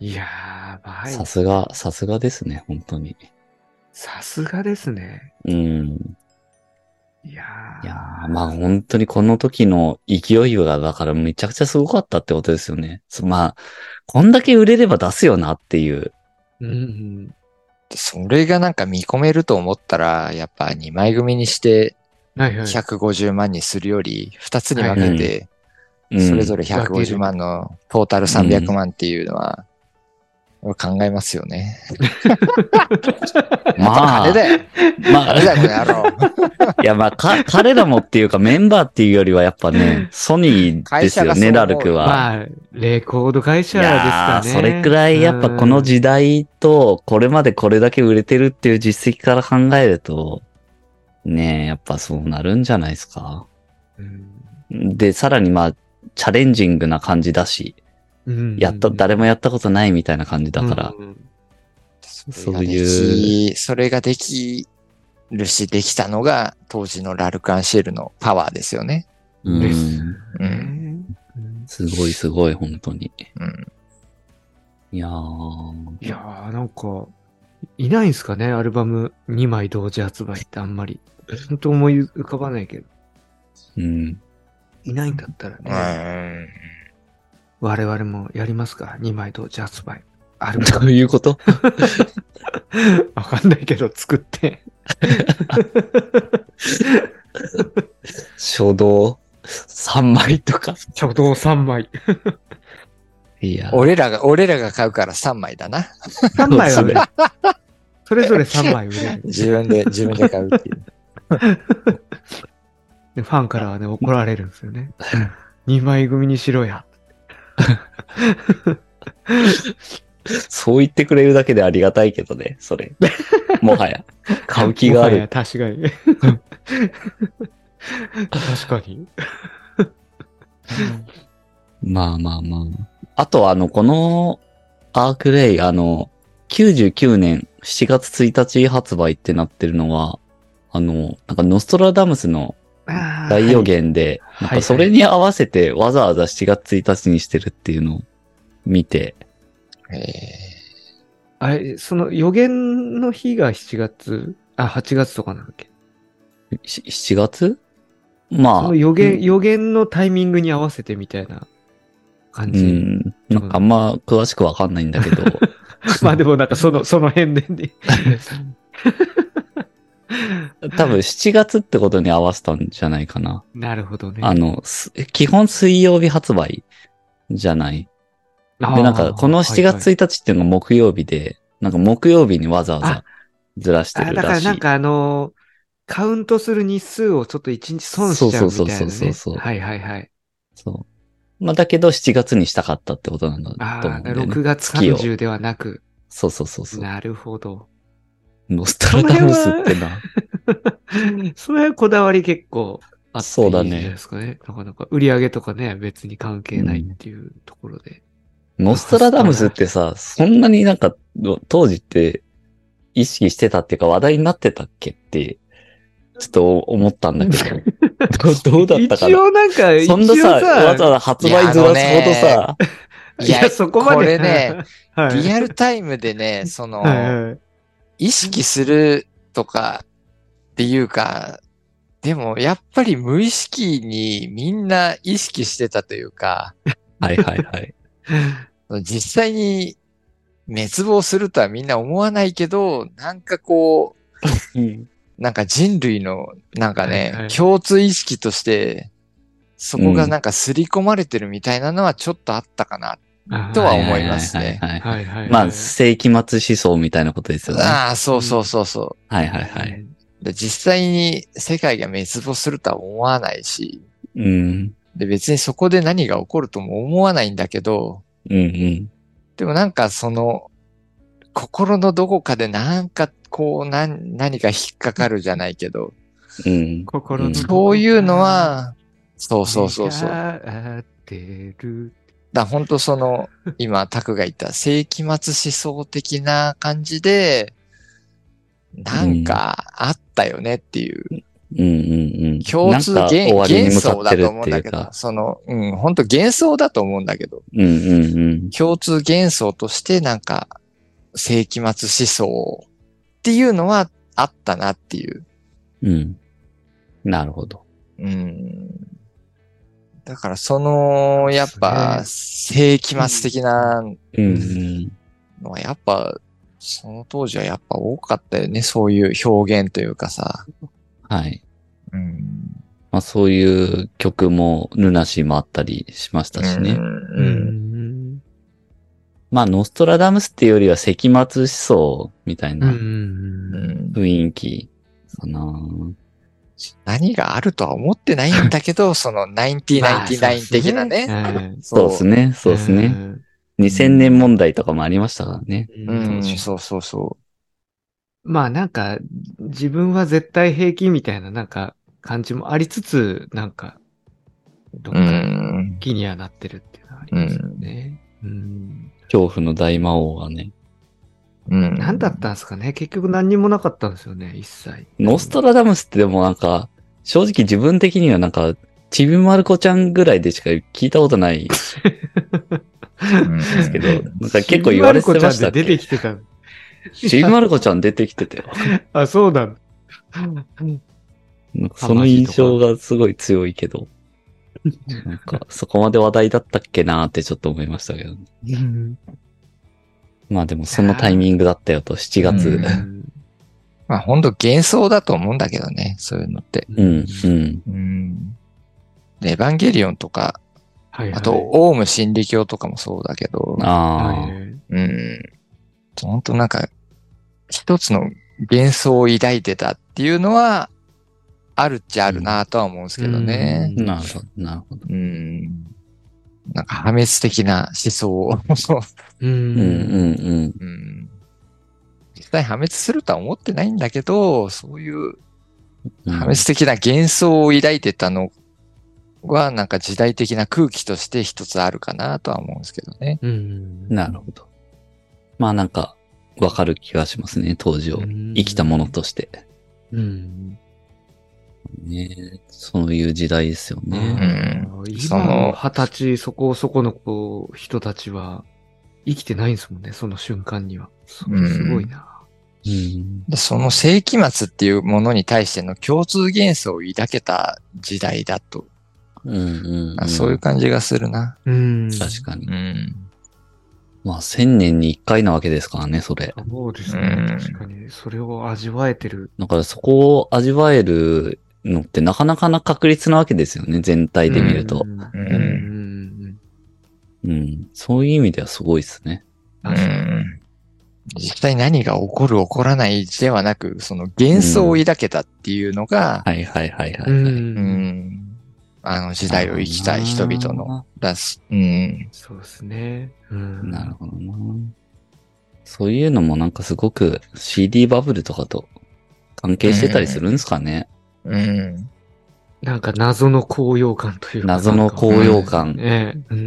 いやー、ばい
さ。すが、さすがですね、本当に。
さすがですね。
うん。
いや
い
ー。
やーまあ本当にこの時の勢いが、だからめちゃくちゃすごかったってことですよね。そまあ、こんだけ売れれば出すよなっていう。
うんうん。
それがなんか見込めると思ったら、やっぱ2枚組にして
はいはい。
150万にするより、2つに分けて、
うん
それぞれ150万のトータル300万っていうのは、考えますよね。やっぱ
まあ
金、だよ。
まあ
金、だよ、この野郎。
いや、まあ、か、彼らもっていうか、メンバーっていうよりは、やっぱね、ソニーですよ
会社がそう思
ね、
う
ラルクは。
まあ、レコード会社
い
です
や
か
ー
ね。
それくらいやっぱこの時代と、これまでこれだけ売れてるっていう実績から考えると、ねえ、やっぱそうなるんじゃないですか。
うん、
で、さらにまあ、チャレンジングな感じだし、
うん
やった、誰もやったことないみたいな感じだから、
うんうん
そういう、
それができるし、できたのが当時のラルク・アンシェルのパワーですよね。
うん
です
うん。
うん
すごいすごい、本当に。
うん。
いやー、
いやー、なんか、いないんすかね、アルバム2枚同時発売ってあんまり。本当思い浮かばないけど、
うん。
いないんだったら
う
ね、
ん
我々もやりますか、2枚同時発売。アルバ
どういうこと
ム、 わかんないけど、作って。
初動3枚とか。
初動3枚。
いや、
俺らが、俺らが買うから3枚だな。
3枚は売れる。それぞれ3枚売れる。
自 分で、自分で買うっていう。
でファンからはね、怒られるんですよね。2枚組にしろや。
そう言ってくれるだけでありがたいけどね、そ れ。もはや。買う気があ
もはや
る。
確かに。確かに。
まあまあまあ。あとあの、このアークレイ、あの、99年7月1日発売ってなってるのは、あの、なんかノストラダムスの大予言で、
はい
なんかそれに合わせてわざわざ7月1日にしてるっていうのを見て、
え
あれ、その予言の日が7月あ、8月とかなんだっけ
し7月まあ。
その予言、
うん
予言のタイミングに合わせてみたいな感
う
じ。
ん。なんかあんま詳しくわかんないんだけど。
まあでもなんかそ の、その辺で、ね、
多分7月ってことに合わせたんじゃないかな。
なるほどね。
あの、す基本水曜日発売じゃない。
あー
で、なんか、この7月
はい
1日っていうのが木曜日で、なんか木曜日にわざわざずらして
はいあ
る
だから
らしい。
なんかあのーカウントする日数をちょっと一日損しちゃうみたいな、ね。
そうそうそうそうそう
はいはいはい。
そう。まあ、だけど7月にしたかったってことなんだ
あ
と思う
あ、
んだよね
6。月
月
30ではなく。
そうそうそうそう。
なるほど。
ノストラダムスってな。
それはこだわり結構あってい
そう
いんじ
だ
ゃ
ね
ないですかね。なかなか売り上げとかね、別に関係ないっていうところで。
ノストラダムスってさ、そんなになんか、当時って意識してたっていうか話題になってたっけって、ちょっと思ったんだけど。どうどうだったか
一
な
応なんか、一
そん
応
なさ、
さ、
わざわざ発売ずらすほどさ、
いや、そこまで。
これね、
はい、
リアルタイムでね、その、
はいはい
意識するとかっていうか、でもやっぱり無意識にみんな意識してたというか、
はいはいはい。
実際に滅亡するとはみんな思わないけど、なんかこう、なんか人類のなんかね、
はいはい
共通意識として、そこがなんか刷り込まれてるみたいなのはちょっとあったかな。とは思いますね
はいはいはいはい
はいはい。
まあ、世紀末思想みたいなことですよね。は
ああ、そうそうそうそ
いはいはい。。
う。で実際に世界が滅亡するとは思わないし、
うん。
で、別にそこで何が起こるとも思わないんだけど、
うんうん。
でもなんかその、心のどこかでなんかこう、なん、何か引っかかるじゃないけど、
うん。
心
う
の
ん
どこか
そういうの、は、そうそうそうそう。だか
願ってる。
ら本当その、今、タクが言った世紀末思想的な感じで、なんかあったよねっていう、
うんうんうん。
共通
なんか
幻
終わりに
幻
向か
想
って
だ
る
と
っ
思う
てい
んだ
う
けど
か、。
その、うん、本当幻想だと思うんだけど、
うんうんうん。
共通幻想としてなんか、世紀末思想っていうのはあったなっていう。
うん。なるほど。
うん。だからその、やっぱ、世紀末的な
うん
ん
のはやっぱ、その当時はやっぱ多かったよね。そういう表現というかさ。
はい。
うん。
まあそういう曲も、ルナシーもあったりしましたしね。
うん。うん
ん。
まあ、ノストラダムスっていうよりは、石末思想みたい
うんう。
なん
うんん
雰囲気かな。
何があるとは思ってないんだけど、その9099的なね。
ね。
そうです
ね。
ね、そうですね。2000年問題とかもありましたからね。
うん。
う
うん
ん、そうそうそ
まあなんか、自分は絶対平気みたいななんか感じもありつつ、なんか、どっ
う。う
か
ん。
気にはなってるっていうのはありますよね。うん。
恐怖の大魔王がね。
うん
何だったんですかね結局何にもなかったんですよね、一切。
ノストラダムスってでもなんか、正直自分的にはなんか、ちびまる子ちゃんぐらいでしか聞いたことないんです
です
けど、 なんか結構言われてましたっ
ちびまる子ちゃんで出て
け
きてたの。
ちびまる子ちゃん出てきてて、
あ、そうなんだ。
なんかその印象がすごい強いけど、なんかそこまで話題だったっけなーってちょっと思いましたけど、まあでもそのタイミングだったよと、7月。
うんまあ本当幻想だと思うんだけどね、そういうのって。
うん、うん。
うん。でエヴァンゲリオンとか、
はいはい
あと、オウム真理教とかもそうだけど、
ああ、
うん。本当なんか、一つの幻想を抱いてたっていうのは、あるっちゃあるなとは思うんですけどね。
なるほど、なるほど。
うん。なんか破滅的な思想を、
うん
うん、うん、うん。
うん。 実際破滅するとは思ってないんだけど、そういう破滅的な幻想を抱いてたのは、なんか時代的な空気として一つあるかなとは思うんですけどね。
うん
なるほど。まあなんか、わかる気がしますね、当時を。生きたもの。として。
うん。
ねそういう時代ですよね。
んそ
今
の
の二十歳そこそこの子、人たちは生きてないんですもんね、その瞬間には。それすごいな。
うん。
でその世紀末っていうものに対しての共通幻想を抱けた時代だと、
うん、うん、
あそういう感じがするな。
うん。
確かに
う。ん。
まあ、千年に一回なわけですからね、それ。
そうです
うん
ね。確かに。それを味わえてる。
だからそこを味わえるのってなかなかな確率なわけですよね、全体で見ると
う。ん。
う
うんうん
ん。
うん
うん。そういう意味ではすごいですね。
う
確かに
ん。実際何が起こる起こらないではなく、その幻想を抱けたっていうのが、
はいはいはいはい、はい。
う
うん、
ん。
あの時代を生きたい人々の、だし、うん。
そうですね。うん。
なるほどな。そういうのもなんかすごく CD バブルとかと関係してたりするんですかね。
うん。
なんか謎の高揚感というか。
謎の高揚感。
ええ。うん
う。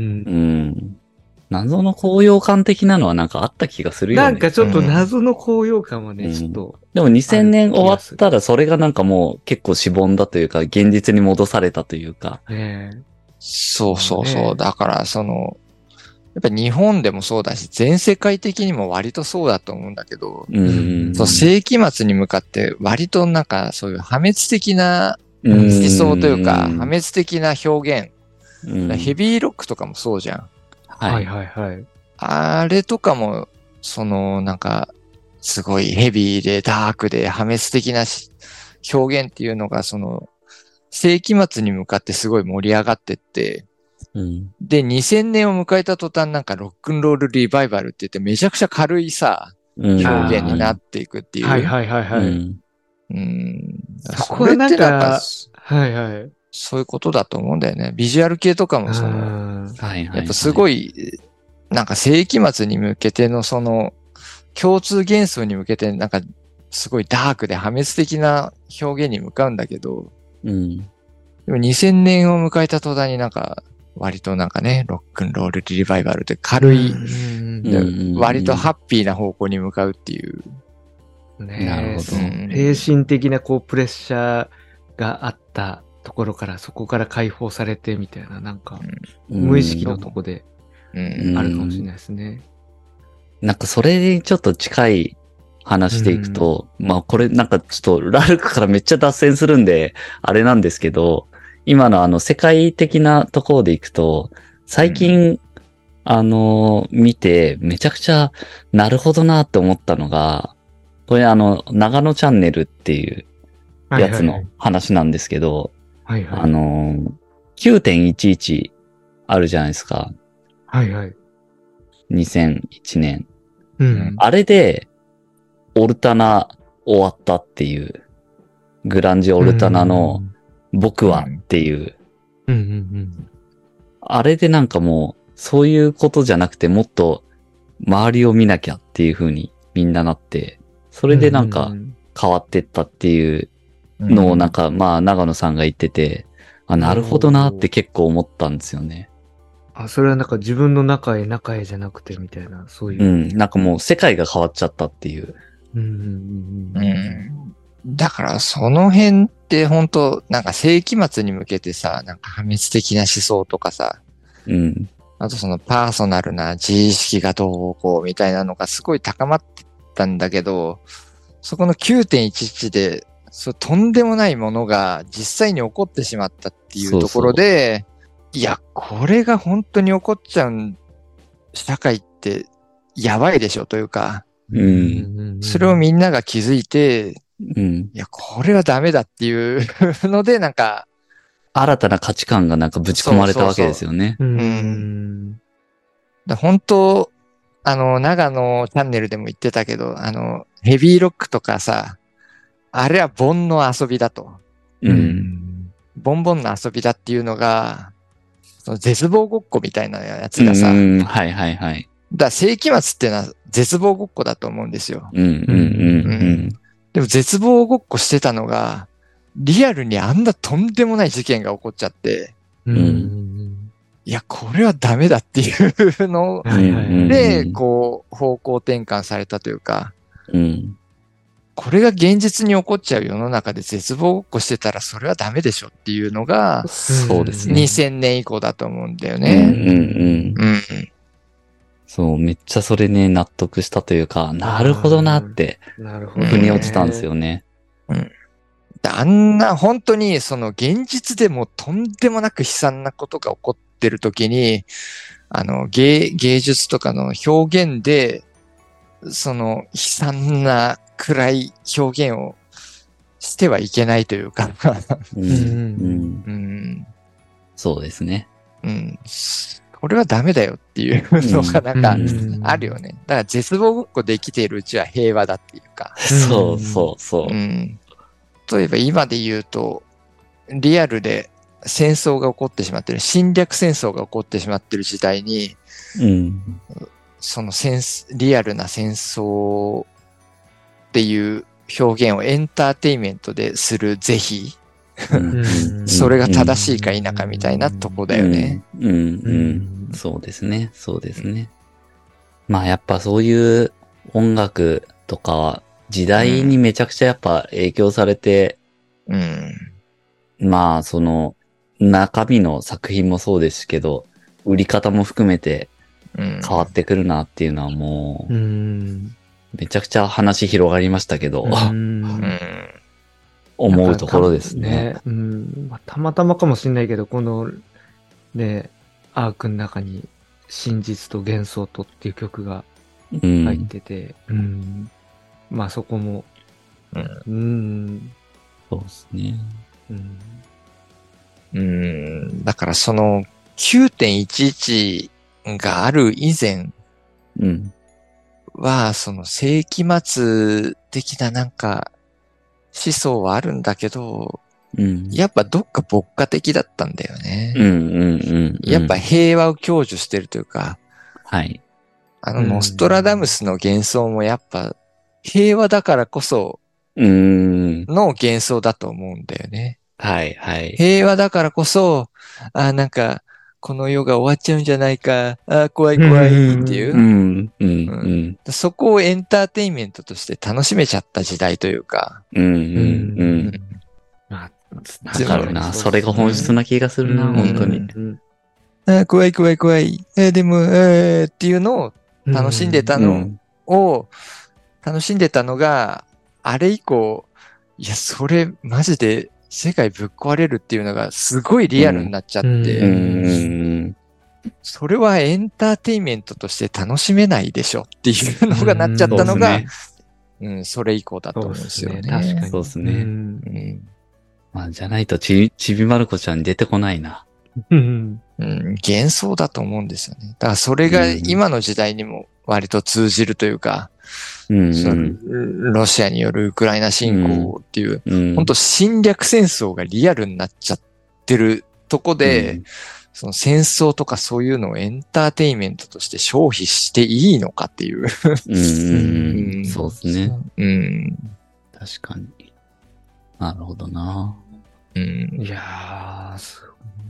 ん。謎の高揚感的なのはなんかあった気がするよ
な
ね。
んかちょっと
うん
謎の高揚感は
うん
ね、ちょっと。
でも2000年終わ
ある気がす
った
る
らそれがなんかもう結構しぼんだというか、現実に戻されたというか。
え
そうそう
ね
そう。だから、その、やっぱ日本でもそうだし、全世界的にも割とそうだと思うんだけど、
うん。
そう、世紀末に向かって割となんかそういう破滅的な思想というか、破滅的な表現、
うん
ヘビーロックとかもそうじゃん。
え。
は
はい
い。
はいはい。
あれとかも、そのなんか、すごいヘビーでダークで破滅的なし表現っていうのが、その、世紀末に向かってすごい盛り上がってって、
うん
で、2000年を迎えた途端なんかロックンロールリバイバルって言ってめちゃくちゃ軽いさ、
うん
表現になっていくっていう。
はいはいはいは
う
い。
ん
うん。
そこはな
それっ
んか
てやっぱ
はいはい。
そういうことだと思うんだよね。ビジュアル系とかもその、
うん
はいはい。
やっぱすご
い。
い、なんか世紀末に向けてのその、共通幻想に向けて、なんかすごいダークで破滅的な表現に向かうんだけど、
うん。
でも2000年を迎えた途端になんか、割となんかね、ロックンロールリバイバルで軽い、
う
うん
ん
うんうん
割とハッピーな方向に向かうっていう。
ねえ
なるほど
そう
うん
精神的なこうプレッシャーがあったところから、そこから解放されてみたいな、なんか無意識のとこで
うん
あるかもしれないですね。
なんかそれにちょっと近い話でいくと、まあこれなんかちょっとラルクからめっちゃ脱線するんで、あれなんですけど、今のあの世界的なところでいくと、最近、あの、見てめちゃくちゃなるほどなって思ったのが、これあの、長野チャンネルっていうやつの話なんですけど、
はいはい。
あの、9.11あるじゃないですか、
はいはい。
2001年。
うん。
あれで、オルタナ終わったっていう、グランジオルタナの僕はっていう、
うんうんうん。
あれでなんかもう、そういうことじゃなくてもっと周りを見なきゃっていう風にみんななって、そ
そ
れでなんか、変わってったっていうのをなんか、まあ長野さんが言ってて、あ、なるほどなって結構思ったんですよね。
あ、それはなんか自分の中へ中へじゃなくてみたいな、そういうう。
ん。なんかもう世界が変わっちゃったっていう。
うんうん
う
うん
んだからその辺って本当なんか世紀末に向けてさ、なんか破滅的な思想とかさ、
うん。
あとそのパーソナルな自意識がどうこうみたいなのがすごい高まってたんだけど、そこの9.11で、そうとんでもないものが実際に起こってしまったってい
そう
う
そう
ところで、いや、これが本当に起こっちゃうん、社会ってやばいでしょというか、
う。
うんんうん。
それをみんなが気づいて、
うん。
いや、これはダメだっていうので、なんか、
新たな価値観がなんかぶち込まれたわけですよね。
うん。
だ本当、あの、長野チャンネルでも言ってたけど、あの、ヘビーロックとかさ、あれはボンの遊びだと。
う。
うんん。
ボンボンの遊びだっていうのが、その絶望ごっこみたいなやつがさ、だか
うん、はいはいはい。
ら世紀末っていうのは絶望ごっこだと思うんですよ。
うんうんうんうん。
でも絶望ごっこしてたのが、リアルにあんなとんでもない事件が起こっちゃって、
うんうん。
いや、これはダメだっていうのを
はいは
うん
い。
で、
うん
こう、方向転換されたというか、
うん。
これが現実に起こっちゃう世の中で絶望ごっこしてたらそれはダメでしょっていうのが、
そうですね。
2000年以降だと思うんだよ
うんうん
ね。
うん。
うん。
そう、めっちゃそれね、納得したというか、なるほどなって、
なるほど。
腑に落ちたんです。よね。
あんな本当にその現実でもとんでもなく悲惨なことが起こってる時に、あの芸、芸術とかの表現で、その悲惨な暗い表現をしてはいけないというか、
うん
ん
うん
うん、
そうですね。
うん、俺はダメだよっていう のがなんか
うん
あるよね。だから絶望ごっこできているうちは平和だっていうか。
そうそうそう
う。ん。例えば今で言うと、リアルで戦争が起こってしまってる、侵略戦争が起こってしまってる時代に、
うん。
そのセンス、リアルな戦争っていう表現をエンターテインメントでする是非、
うん
それが正しいか否かみたいなとこだよね。。
うん。うん。うんそうですね。そうですね。まあやっぱそういう音楽とかは時代にめちゃくちゃやっぱ影響されて、
うん。
まあ、その、中身の作品もそうですけど、売り方も含めて
うん。
変わってくるなっていうのはもう
う、ん。
めちゃくちゃ話広がりましたけど、
うん。
思うところですね。
なんか。うん。まあたまたまかもしれないけど、この、ね、アークの中に、真実と幻想とっていう曲が
う
入っ
ん。
てて、うん。まあそこも、うん。
そうですね。
うん。
うん。だからその9.11がある以前
うん。
は、その世紀末的ななんか思想はあるんだけど、
うん。
やっぱどっか牧歌的だったんだよね。
うんうんうん。
やっぱ、平和を享受してるというか、
はい。
あ
う
の、
ん
ノストラダムスの幻想もやっぱ平和だからこそう
ーん。
の幻想だと思うんだよね。
はいはい。
平和だからこそ、あーなんか、この世が終わっちゃうんじゃないか、あー怖い怖いっていうう、
ん、うん、うん、
そこをエンターテインメントとして楽しめちゃった時代というか、
うん、うん、う。
うんん
まあ、つ
なんだろうな。それが本質な気がするな、
うん
本当に。
うん
あー怖い怖い怖い、えーでも、えーっていうのを楽しんでた
う
の
ん。
を楽しんでたのが、あれ以降、いや、それマジで世界ぶっ壊れるっていうのがすごいリアルになっちゃって、
うん
うん、うん。
それはエンターテインメントとして楽しめないでしょっていうのがなっちゃったのが、うん、それ以降だと思うんですよね。
そうですね確かに
そうです
う
ね。
う
ん
ん
まあ、じゃないとち、ちびまる子ちゃんに出てこないな。
うん。
うん、幻想だと思うんですよね。だからそれが今の時代にも割と通じるというか、
うん
そのロシアによるウクライナ侵攻っていう
うん。
本当侵略戦争がリアルになっちゃってるとこで、
うん
その戦争とかそういうのをエンターテインメントとして消費していいのかっていう。
うんうんう。
うんん
そうですね。
うん。
確かに。なるほどな。
うん。
いやー、そう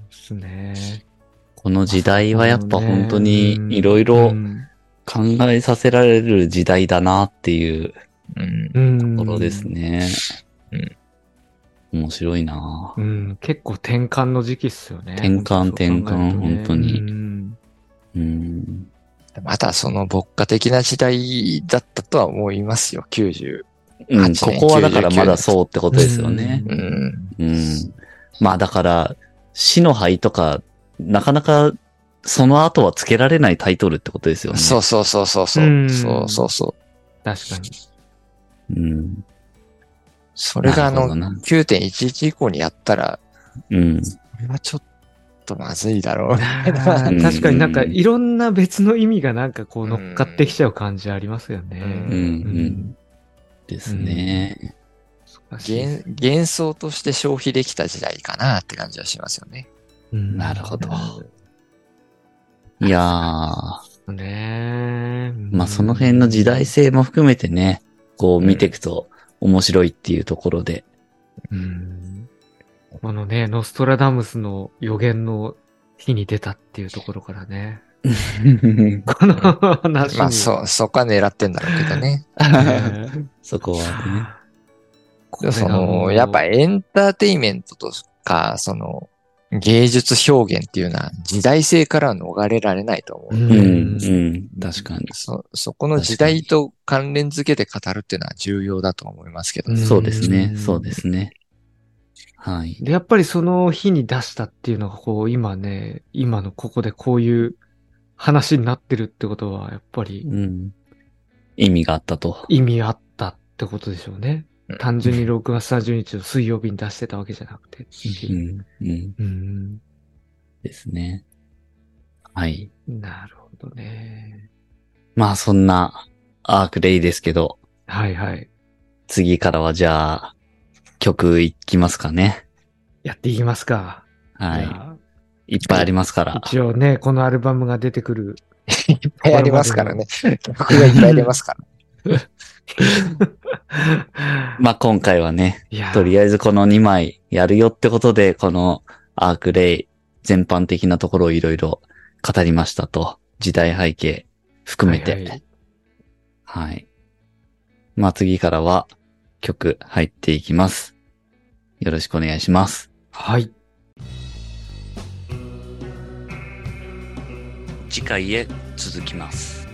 ですね。
この時代はやっぱ本当にいろい
うん
ろ考えさせられる時代だなっていう
うん。
うん
ところですね。
うん
面白いな。
うん、結構転換の時期っすよね。
転換転換本当に
うん
うん。
まだその牧歌的な時代だったとは思いますよ、90。
うん、
八
こ
年
こはだからまだそうってことですよね。
うん。
うん。まあだから、死の灰とか、なかなかその後は付けられないタイトルってことですよね。
そうそうそうそうそうう。
ん
そうそうそう。
確かに。
うん。
それがあ
なるほ
の
どな、
9.11以降にやったら、
うん。
これはちょっとまずいだろう。
あー確かになんかいろんな別の意味がなんかこう乗っかってきちゃう感じありますよね。
うん、う
うん
ん。ですね。
難しいです
幻幻想として消費できた時代かなって感じはしますよね。
うん
なるほど。いやー、
ね
まあその辺の時代性も含めてね、こう見ていくと面白いっていうところで。
うんこのね、ノストラダムスの予言の日に出たっていうところからね。この話に。
まあそう、そこは狙ってんだろうけどね。
ね。
そこは
こ
で
れ
もそ
がも
の、
う
やっぱエンターテインメントとか、その、芸術表現っていうのは時代性からは逃れられないと思う。
うん
ね。うん、うん、確かに。
そ、そこの時代と関連付けて語るっていうのは重要だと思いますけど
う
ね。
ん
そうですね、そうですね。はい。
で、やっぱりその日に出したっていうのが、こう、今ね、今のここでこういう話になってるってことは、やっぱり
うん。意味があったと。
意味あったってことでしょうね
うん。
単純に6月30日の水曜日に出してたわけじゃなくて。
うん、うん、
うん。
ですね。はい。
なるほどね。
まあそんなアークレイですけど、
はいはい。
次からはじゃあ、曲いきますかね。
やっていきますか。
はい
や。
いっぱいありますから。
一応ね、このアルバムが出てくる。
いっ ぱいありますからね。曲がいっぱい出ますから。
まあ今回はね、
いや、
とりあえずこの2枚やるよってことで、このアークレイ全般的なところをいろいろ語りましたと、時代背景含めて。
は
はいい、
はい
まあ次からは曲入っていきます。よろしくお願いします。
はい。
次回へ続きます。